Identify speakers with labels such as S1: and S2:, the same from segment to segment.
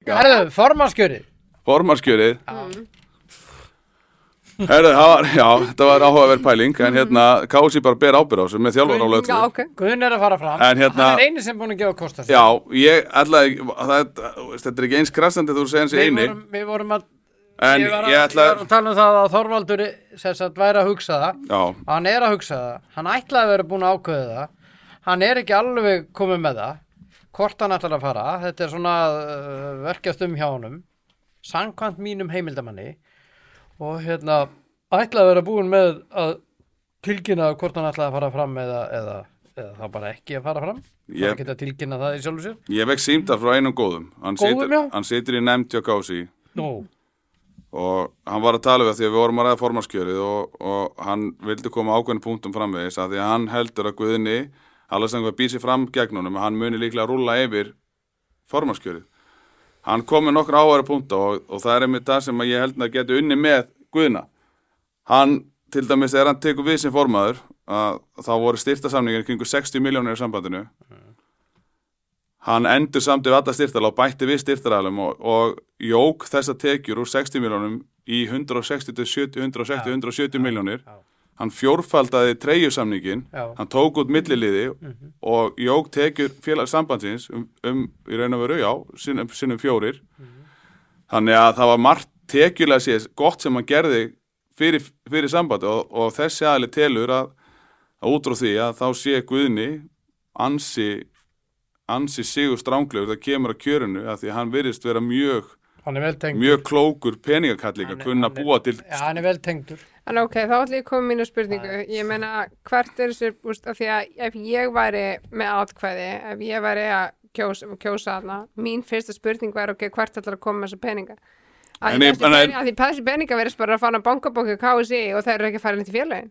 S1: líka
S2: Herðu, formanskjöri
S1: formarskjörið
S2: Mm.
S1: Herðu, það var, já, þetta var áhugaverð pæling en hérna, KSI bara ber ábyrð á þessu með þjálfur á
S3: Já,
S1: löglu
S3: ok.
S2: Guðn er að fara fram
S1: En hérna-
S2: Hann er eini sem búin að gefa kosta
S1: Já, ég ætlaði, ekki- það, þetta er ekki eins krassandi þú segir eins
S2: við
S1: eini
S2: vorum, við vorum að
S1: en
S2: ég var, að,
S1: ég
S2: ég var
S1: ætlaði
S2: að tala um það að Þorvaldur sem sagt væri að hugsa það
S1: Já,
S2: að hann er að hugsa það, hann ætlaði að vera búin að ákveða það, hann er ekki alveg komið með það, hvort hann ætlar að fara, þetta er svona uh, verkjast um hjá honum, sangkvæmt mínum heimildamanni og hérna ætlaði að vera búin með að tilkynna hvort hann ætlaði að fara fram eða, eða, eða þá bara ekki að fara fram,
S1: Ég-
S2: hann geta að tilkynna það í sjálfu sér.
S1: ég vekk símdar frá einum góðum hann,
S2: Góðum,
S1: situr,
S2: já.
S1: hann situr í nefnd hjá KSI
S2: Nú,
S1: og hann var að tala við það því að við vorum að ræða formanskjörið og, og hann vildi koma ákveðin punktum framvegis að því að hann heldur að Guðni Alessandro býsi fram gegn honum að hann muni líklega að rúlla yfir formanskjörið hann kom með nokkra áhæra punkta og, og það er einmitt það sem að ég held að geti unni með Guðna hann, til dæmis þegar hann tekur við sem formaður að þá voru styrtasamningar kringu 60 miljónir í sambandinu Hann endur samt við alla styrtala og bætti við styrtaræðalum og, og jók þessa tekjur úr 60 miljónum í 160 til 70, 160, 170 miljónir. Hann fjórfaldaði treyjusamningin,
S2: Já.
S1: hann tók út milliliði og jók tekjur félagssambandsins um, um, í raun og veru, já, sinnum, sinnum fjórir. Þannig að það var margt tekjulega séð gott sem hann gerði fyrir, fyrir sambandi og, og þessi aðli telur að, að útrá því að þá sé Guðni ansi ansi sigur stránglegur það kemur að kjörinu að því að hann virðist vera mjög,
S2: hann er vel tengdur.
S1: mjög klókur peningakall líka,
S2: Hann er-
S1: kunna
S2: hann er-
S1: búa til
S2: Já, hann er vel tengdur.
S3: En ok, þá ætlum ég að koma með mínu spurningu. Ég meina, hvert er þessi, úst, af því að ef ég væri með atkvæði, ef ég væri að kjósa, kjósa hana, mín fyrsta spurning var, ok, hvert ætlar að koma með þessa peninga? Að
S1: En ég-
S3: þessi
S1: en-
S3: peninga- að því þessi peninga verðist bara að fara á bankabóki og KSI og það eru ekki að fara inn til félagin.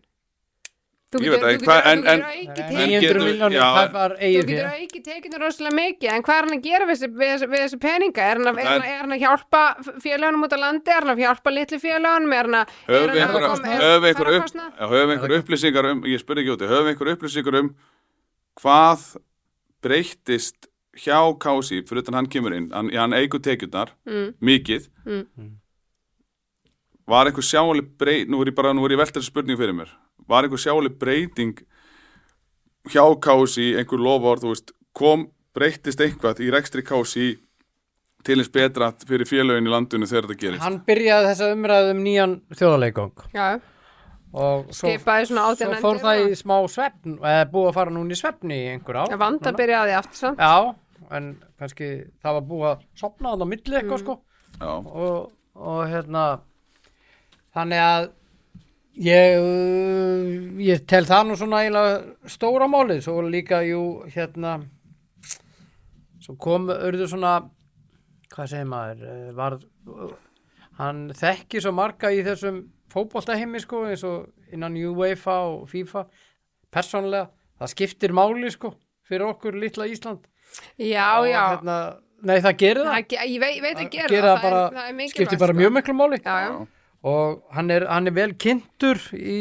S3: Þú
S1: Ég
S3: getur,
S1: veit ekki
S3: þú
S1: hvað-
S3: getur,
S1: en-
S3: þú getur
S1: en-
S3: ekki tekið-
S2: 900
S1: getur-
S2: miljónir,
S1: já,
S2: það var
S3: Þú
S2: eigið
S3: getur
S2: fyrir.
S3: ekki tekið þér rosalega mikið, en hvað er hann að gera við þessi, við þessi, við þessi peninga? Er hann, að,
S1: Það
S3: er,
S1: er-
S3: hann, er hann að hjálpa félagunum út á landi? Er hann að hjálpa litlu félagunum? Er hann að... er
S1: höfum
S3: hann
S1: við
S3: að
S1: einhverja-
S3: koma- er-
S1: höfum við einhverja upp-
S3: ferðakostnað?
S1: já, höfum við einhverja upplýsingar um ég spurði ekki úti, höfum við einhverja upplýsingar um hvað breyttist hjá Kási fyrir utan hann kemur inn, hann, hann eigur tekjurnar
S3: Mm.
S1: mikið var einhver sjáli breyt nú er ég bara, nú er ég veltað spurning fyrir mér var einhver sjáli breyting hjá Kási, einhver lofórð þú veist, kom, breyttist einhvað í rekstri Kási til eins betra fyrir félögin í landinu þegar þetta gerist
S2: Hann byrjaði þessa umræðu um nýjan þjóðarleikong
S3: Já,
S2: og svo,
S3: skipaði svona
S2: svo
S3: átján
S2: fór það í smá svefn eða búið að fara núna í svefni í einhver á
S3: Ég vant að byrja að því aftur samt.
S2: Já, en kannski það var búið að sopna þannig á milli
S3: Mm.
S2: eitthvað sko
S1: Já.
S2: og, og hérna þannig að ég, uh, ég tel það nú svona eiginlega stóra málið svo líka jú hérna svo kom urðu svona hvað segir maður eh, varð, uh, hann þekki svo marga í þessum fótboltaheimi sko eins og innan UEFA og FIFA persónlega, það skiptir máli sko fyrir okkur litla Ísland
S3: Já,
S2: Og
S3: já.
S2: hérna, nei það gerir það
S3: Það, ge- ég veit, ég veit að gera,
S2: gera
S3: það,
S2: bara,
S3: er, það er mikilvægt. sko.
S2: skiptir bara mjög miklu máli
S3: Já, já.
S2: og hann er, hann er vel kynntur í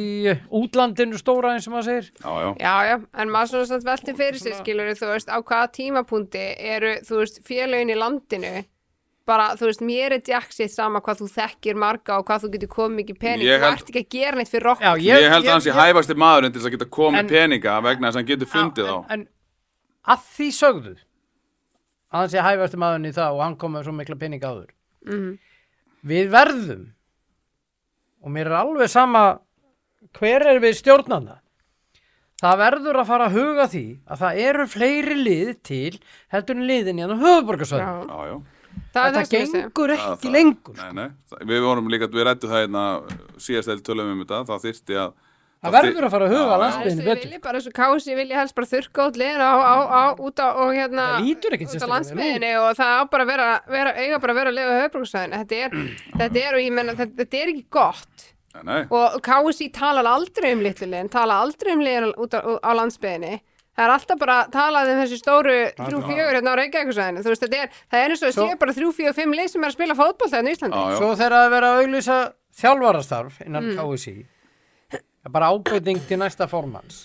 S2: útlandinu stóra eins og maður segir
S1: Já, já.
S3: Já, já, en maður svona samt velti fyrir sig, skilur þú veist, á hvaða tímapunkti eru, þú veist, félögin í landinu, bara, þú veist, mér er djaksið sama hvað þú þekkir marga og hvað þú getur komið mikið pening,
S1: Ég
S3: þú
S1: held-
S3: ert ekki að gera neitt fyrir okkur.
S2: Já,
S1: Ég, held að hann sé hæfasti maðurinn til þess að geta komið
S2: En-
S1: peninga vegna þess að hann getur fundið
S2: Já,
S1: á.
S2: en, en að því sögðu að hann sé hæfastu maðurinn í það og hann kom með svo mikla pening áður
S3: Mhm.
S2: við verðum og mér er alveg sama hver er við stjórnanda það verður að fara að huga að því að það eru fleiri lið til heldur en liðin hérna í hann höfuborgarsvæðum
S3: Já,
S1: Já, já.
S3: það er
S2: þetta
S3: það sem ég segi.
S2: gengur
S1: Það-
S2: ekki
S1: það-
S2: lengur sko.
S1: Nei, nei. Það- Við vorum líka, við rættum það hérna síðast eða tölum um þetta, það þyrsti að...
S2: það verður að fara að huga að
S3: Það er
S2: landsbyðinu
S3: svo ég
S2: betur
S3: vilji bara svo kási, ég vilji helst bara þurrka út liðin á, á, á, út á, og hérna,
S2: Það lítur ekkit
S3: út á
S2: sérstaklega
S3: landsmiðinni og það á bara að vera, vera eiga bara að vera að lifa höfbruksvæðinu. Þetta er, þetta er, og ég menna, þetta, þetta er ekki gott.
S1: Nei, nei.
S3: Og kási tala aldrei um litlu liðin, tala aldrei um liðin út á, á landsmiðinni. Það er alltaf bara talað um þessi stóru þrjú fjögur hérna á Reykjavíkursæðinu. Þú veist, þetta er, það er eins og það
S2: Svo-
S3: séu bara þrjú fjögur fimm lið sem er að spila fótboll þegar í Íslandi.
S1: Já, já.
S2: Svo þegar að vera að auglýsa þjálfarastarf innan KSI er bara ábyrting til næsta formans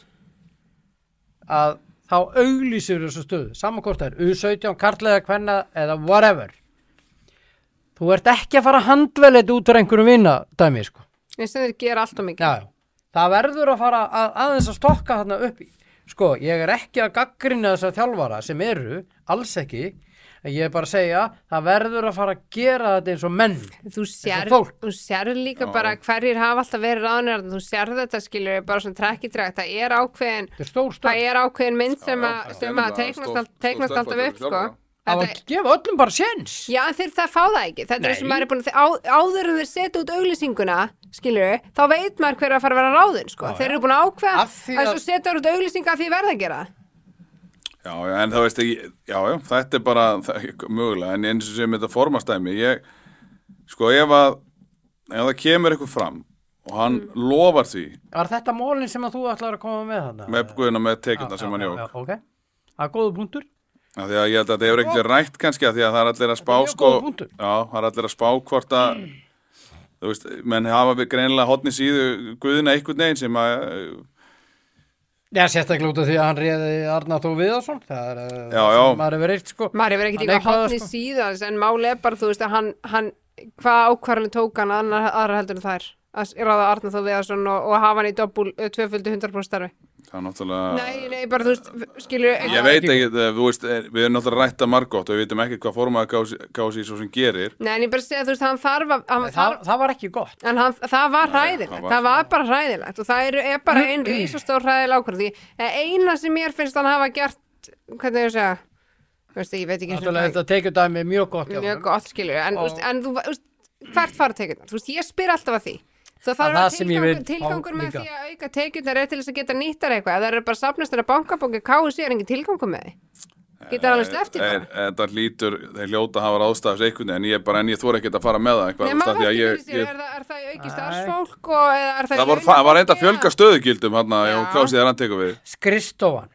S2: að þá auglýsir þessu stöðu saman hvort það er U17, kartlega, kvenna eða whatever þú ert ekki að fara að handvelja þetta út úr einhverjum vinna dæmi sko.
S3: ég sem þeir gera alltaf mikið
S2: já, já. það verður að fara að, aðeins að stokka þarna upp í sko, ég er ekki að gaggrina þessa þjálfara sem eru, alls ekki en ég er bara að segja, það verður að fara að gera þetta eins og menn
S3: þú sér,
S2: fólk.
S3: þú sér líka bara hverjir hafa alltaf verið ráðnir þarna, þú sér þetta skilur bara svona trekk í trekk, það er ákveðin
S2: þetta er stór
S3: það
S2: stöð,
S3: er ákveðin mynd sem
S1: Já,
S3: að,
S1: já, já.
S3: sem að
S1: Þetta er
S3: teiknast,
S1: stór-
S3: all, teiknast
S1: stór
S3: alltaf
S1: stöðbætur
S3: upp sko.
S1: þjálfara.
S2: það var
S3: Þetta,
S2: að gefa öllum bara séns
S3: já en þeir það fá það ekki þetta er
S2: Nei.
S3: sem maður er búin að þe- á, áður en þeir setja út auglýsinguna skilur, þá veit maður hver er að fara að vera ráðin sko. þeir eru búin að ákveða
S2: Af
S3: að,
S2: því að-
S3: svo setja þeir út auglýsinga að því verða að gera það.
S1: Já, já, en það veist ekki, já, já, þetta er bara það, mögulega, en eins og sem þetta formastæmi, ég, sko, ef að, ef það kemur eitthvað fram og hann
S2: Mm.
S1: lofar því
S2: var þetta mólin sem að þú ætlar að koma með þarna?
S1: með guðina með teikundar sem hann
S2: Já,
S1: jók,
S2: já, ok, það er góðu punktur
S1: af því að ég held að þetta hefur ekkert verið rætt kannski af því að það er allir að spá,
S2: Þetta er mjög
S1: sko,
S2: góður punktur.
S1: já, það er allir að spá hvort að, þú veist, menn hafa við greinilega hotni síðu guðina einhvern veginn sem að,
S2: Já, sérstaklega út af því að hann réði Arnar Þó Viðarsson Það er eh,
S1: Já,
S2: það
S1: já.
S2: sem maður hefur reykt sko
S3: maður hefur ekkert
S2: Hann er
S3: eitthvað
S2: eitthvað,
S3: hotni
S2: sko.
S3: síðans en máli er bara þú veist að hann, hann hvað ákvarðan tók hann annar, aðra heldur en þær að s- ráða Arna þó Viðarsson og, og hafa hann í doppul tvöföldu 100% starfi
S1: það er náttúrulega...
S3: nei, nei, bara þú veist, skilur
S1: Ah. Ég veit ekki, þú veist, er- við erum náttúrulega rætta margótt og við veitum ekki hvað formaða kási svo sem gerir
S3: nei, en ég bara segja, þú veist, hann þarf að hann
S2: það,
S3: þarf
S2: það var ekki gott
S3: En hann, það var
S1: það
S3: hræðilegt,
S1: var-
S3: það var bara hræðilegt og það er, er bara einn rísastór hræðileg ákvörð því að eina sem mér finnst hann hafa gert, hvernig ég að segja, þú veist, ég veit ekki eins og
S2: Náttúrulega
S3: hvað-
S2: þetta tekið dæmi er mjög gott hjá
S3: mjög
S2: honum.
S3: gott skilur en,
S2: Og-
S3: og... en þú, úst, hvert fara tekjurnar þú veist, ég spyr alltaf að því það
S2: Að
S3: þarf
S2: það
S3: að
S2: sem ég
S3: tilgangur,
S2: vil fá
S3: tilgangur með
S2: líka.
S3: því að auka tekjurnar er til þess að geta nýttar eitthvað ef það eru bara safnast þeirra bankabóki káu sér engin tilgangur með því geta alveg sleftið
S1: Þeir-
S3: bara
S1: Þetta lítur, þeir hljóta að hafa ráðstafis einhvern veginn, en ég bara, en ég þóra ekkert að fara með það eitthvað,
S3: Nei,
S1: þú veist, af
S3: maður
S1: því að
S3: veltir fyrir
S1: ég,
S3: sér,
S1: ég,
S3: er það- er það auki starfsfólk og eða er það
S1: það var, fa- það var reynda að
S3: launafólki,
S1: fjölga
S3: eða-
S1: stöðugildum hann að
S3: Já.
S1: Kási þegar hann tekur við.
S2: Skristofan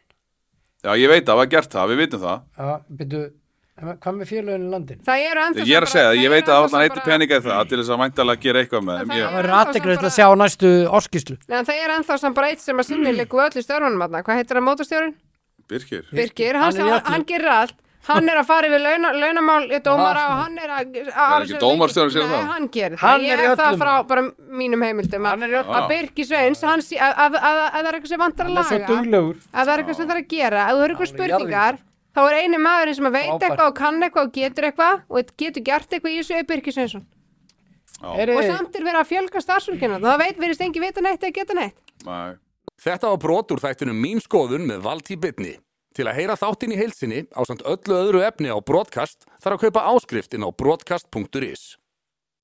S1: Já, ég veit að það var gert það, við vitum það.
S2: Já, byrju, hvað með félögin í landin?
S3: Það eru ennþá
S1: Ég er að
S3: bara-
S1: segja það,
S3: það
S1: ég
S3: eru
S1: veit að
S3: ennþá
S1: allan eitt
S3: bara-
S1: peningað það til þess að væntalega gera eitthvað með þeim.
S3: Það
S1: Ég-
S2: Það
S3: er
S2: verður
S3: ennþá
S2: aðtekrið
S3: samt
S2: að sjá næstu orskíslu
S3: Nei, en það er ennþá samt bara eitt sem að sinni líku öllu störfunum aðna, hvað heitir það mótastjórun?
S1: Birkir,
S3: Birgir,
S2: Hann
S3: hann,
S2: er í
S3: hann,
S2: öllu.
S3: hann gerir allt hann er að fara yfir launa, launamál eh, dómara
S2: Ah.
S3: og hann er að, að
S1: er ekki dómarstjóri sem
S3: Nei,
S1: það?
S3: hann gerir
S2: Hann
S3: það, ég
S2: er í
S3: er það
S2: öllum.
S3: frá bara mínum heimildum að,
S2: Hann er í öllum.
S1: Já.
S3: að Birgir Sveins hann sé, að, að, að, að það er eitthvað sem vantar að
S2: Það er svo
S3: laga að
S2: duglegur
S3: það er eitthvað sem það er að gera að þú eru eitthvað
S2: Hann er
S3: spurningar þá er einu maðurinn sem að veit
S2: Frábær.
S3: eitthvað og kann eitthvað og getur eitthvað og getur gert eitthvað í þessu er Birgir Sveinsson
S1: já,
S2: Heyri,
S3: og samt er verið að fjölga starfsfólkinu það veit verið stengi vita neitt eða geta neitt
S1: næ,
S4: Þetta var brot úr þættunum Mín skoðun með Valtí Bitni. Til að heyra þáttin í heilsinni á samt öllu öðru efni á brotkast þarf að kaupa áskrift inn á brotkast.is.